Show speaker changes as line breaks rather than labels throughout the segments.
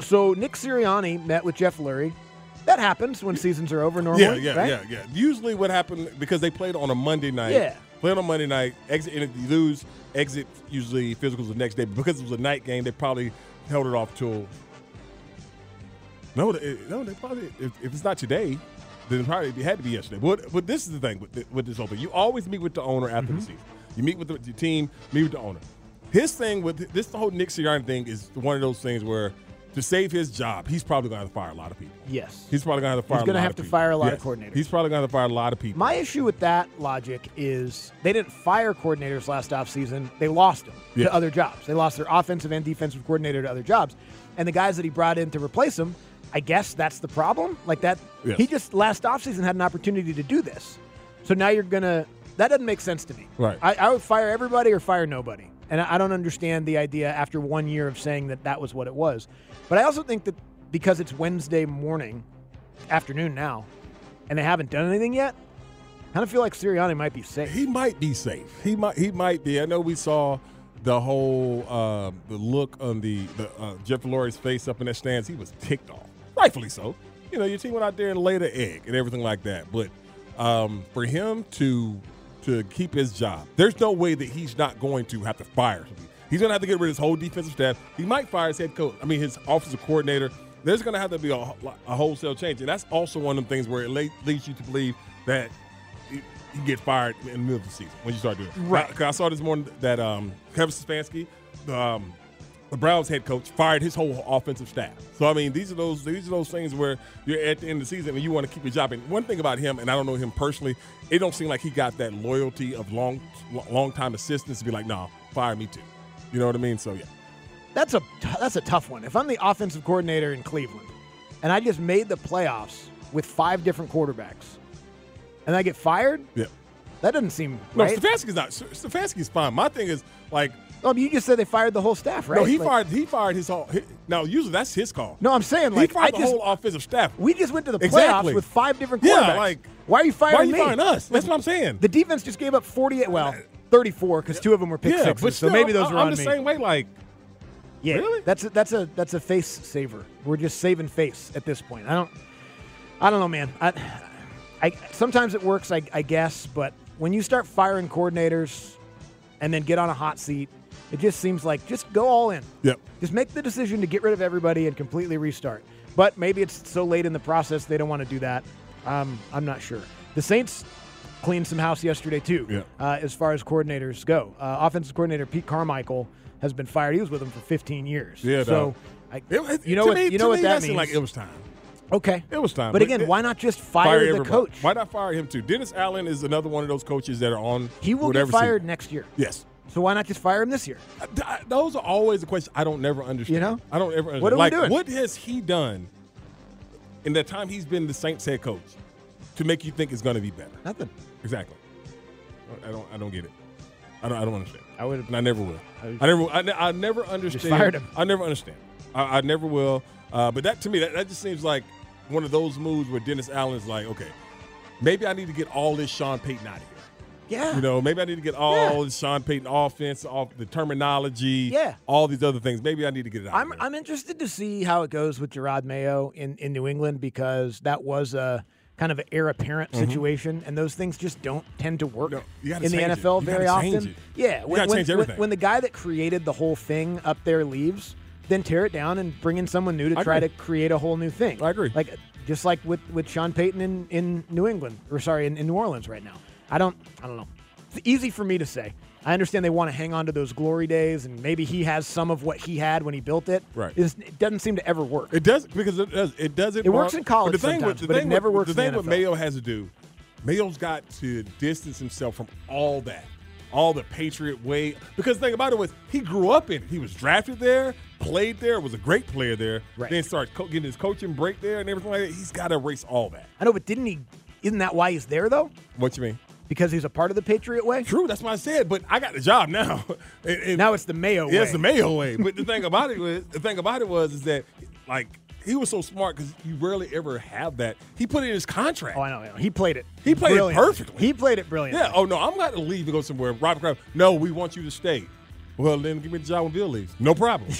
So Nick Sirianni met with Jeff Lurie. That happens when seasons are over normally.
Yeah, yeah,
right?
yeah, yeah. Usually, what happened because they played on a Monday night.
Yeah.
Played on Monday night. Exit. And if you lose, exit usually physicals the next day. But because it was a night game, they probably held it off till. No, they, no, they probably if, if it's not today, then it probably it had to be yesterday. But but this is the thing with, th- with this whole thing. You always meet with the owner after
Mm-hmm.
the season. You meet with the, your team, meet with the owner. His thing with this whole Nick Sirianni thing is one of those things where to save his job, he's probably going to have to fire a lot of people.
Yes.
He's probably going to have to fire.
He's
a
gonna
lot
have
of
to
people.
fire a lot of coordinators.
He's probably going to have to fire a lot of people.
My issue with that logic is they didn't fire coordinators last offseason. They lost them
Yeah.
to other jobs. They lost their offensive and defensive coordinator to other jobs. And the guys that he brought in to replace him, I guess that's the problem. Like that,
Yes.
he just last offseason had an opportunity to do this. So now you're going to, that doesn't make sense to me.
Right.
I, I would fire everybody or fire nobody. And I, I don't understand the idea after one year of saying that that was what it was. But I also think that because it's Wednesday morning, afternoon now, and they haven't done anything yet, I kind of feel like Sirianni might be safe.
he might be safe. He might. He might be. I know we saw the whole uh, the look on the, the uh, Jeff Lurie's face up in that stands. He was ticked off, rightfully so. You know, your team went out there and laid an egg and everything like that. But um, for him to to keep his job, there's no way that he's not going to have to fire. Him. He's going to have to get rid of his whole defensive staff. He might fire his head coach. I mean, his offensive coordinator. There's going to have to be a, a wholesale change, and that's also one of the things where it le- leads you to believe that you you get fired in the middle of the season when you start doing it.
Right.
I, 'cause I saw this morning that um, Kevin Stefanski, um, the Browns head coach, fired his whole offensive staff. So I mean, these are those these are those things where you're at the end of the season and you want to keep your job. And one thing about him, and I don't know him personally, it don't seem like he got that loyalty of long long time assistants to be like, nah, fire me too. You know what I mean? So yeah.
That's a that's a tough one. If I'm the offensive coordinator in Cleveland, and I just made the playoffs with five different quarterbacks, and I get fired,
Yeah.
that doesn't seem
No,
right.
Stefanski's not. Stefanski's fine. My thing is like,
Oh, but you just said they fired the whole staff, right?
no, he
Like-
fired. He fired his whole. He, now, usually that's his call.
No, I'm saying
he
like I
fired the
just
whole offensive staff.
we just went to the playoffs
Exactly.
with five different
Yeah,
quarterbacks.
like,
why are you firing
Why are you
me?
firing us? That's what I'm saying.
The defense just gave up 48. Well, 34 because two of them were pick
yeah,
sixes.
but
so
still,
maybe those
I'm,
were
I'm
on
the
me.
same way. Like,
Yeah,
Really?
That's a, that's a that's a face saver. We're just saving face at this point. I don't I don't know, man. I, I sometimes it works, I, I guess, but when you start firing coordinators and then get on a hot seat, it just seems like just go all in.
Yep.
Just make the decision to get rid of everybody and completely restart. But maybe it's so late in the process they don't want to do that. Um, I'm not sure. The Saints cleaned some house yesterday too,
Yeah.
uh, as far as coordinators go. Uh, offensive coordinator Pete Carmichael has been fired. He was with them for 15 years.
Yeah,
so
dog.
I,
it, it-
you know
to
what
me-
you know
to
what
me,
that
seemed
means.
Like it was time.
okay,
It was time.
But, again,
it-
why not just fire, the
everybody.
coach?
Why not fire him too? Dennis Allen is another one of those coaches that are on.
He will get
whatever
fired
season.
next year.
Yes.
So why not just fire him this year?
Uh, th- I- Those are always the questions I don't never understand.
You know?
I don't ever. Understand.
What are we
like,
doing?
What has he done in the time he's been the Saints head coach to make you think it's going to be better?
Nothing.
Exactly. I don't. I don't get it. I don't. I don't understand.
I would've-
And I never will.
I
I,
would've-
never. I, ne- I never understand.
fired him.
I never understand. I, I never will. Uh, but that to me, that, that just seems like one of those moves where Dennis Allen's like, okay, maybe I need to get all this Sean Payton out of here.
Yeah.
You know, maybe I need to get all
Yeah.
the Sean Payton offense, off the terminology,
Yeah.
all these other things. Maybe I need to get it out.
I'm
of here.
I'm interested to see how it goes with Gerard Mayo in, in New England because that was a kind of an heir apparent situation, and those things just don't tend to work
Mm-hmm. No, you
in
gotta
the
change it.
NFL
You
very
gotta change
often.
it.
Yeah,
You gotta change
when,
everything.
when the guy that created the whole thing up there leaves, then tear it down and bring in someone new to
I
try
agree.
to create a whole new thing.
I agree.
Like just like with with Sean Payton in in New England or sorry in, in New Orleans right now. I don't I don't know. It's easy for me to say. I understand they want to hang on to those glory days, and maybe he has some of what he had when he built it.
Right.
It's- it doesn't seem to ever work.
It does because it does. It doesn't.
It works
bother-
in college
but the thing
sometimes,
with, the
but it
thing
never
with,
works in
The
the
thing what
NFL.
Mayo has to do, Mayo's got to distance himself from all that, all the Patriot way. Because the thing about it was, he grew up in it. He was drafted there, played there, was a great player there.
Right.
Then started co- getting his coaching break there and everything like that. He's got to erase all that.
I know, but didn't he? Isn't that why he's there though?
What you mean?
Because he's a part of the Patriot way.
True, that's what I said. But I got the job now. And- and-
Now it's the Mayo
Yeah,
way.
it's the Mayo way. But the thing about it was, the thing about it was, is that like he was so smart because you rarely ever have that. He put it in his contract.
Oh, I know. I know. He played it.
He played it
brilliantly.
perfectly.
He played it brilliantly.
yeah. Oh no, I'm going to leave and go somewhere. Robert Kraft. No, we want you to stay. Well, then give me the job when Bill leaves. No problem.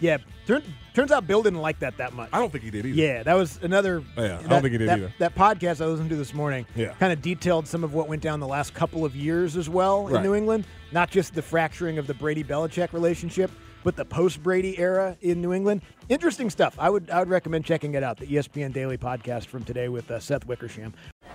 Yeah. Turn, turns out Bill didn't like that that much.
I don't think he did either. Oh,
Yeah, that was another.
Yeah, I don't
that-
think he did
that,
either.
That podcast I listened to this morning
Yeah.
kind of detailed some of what went down the last couple of years as well
Right.
in New England. Not just the fracturing of the Brady Belichick relationship, but the post Brady era in New England. Interesting stuff. I would I would recommend checking it out. The E ESPN Daily podcast from today with uh, Seth Wickersham.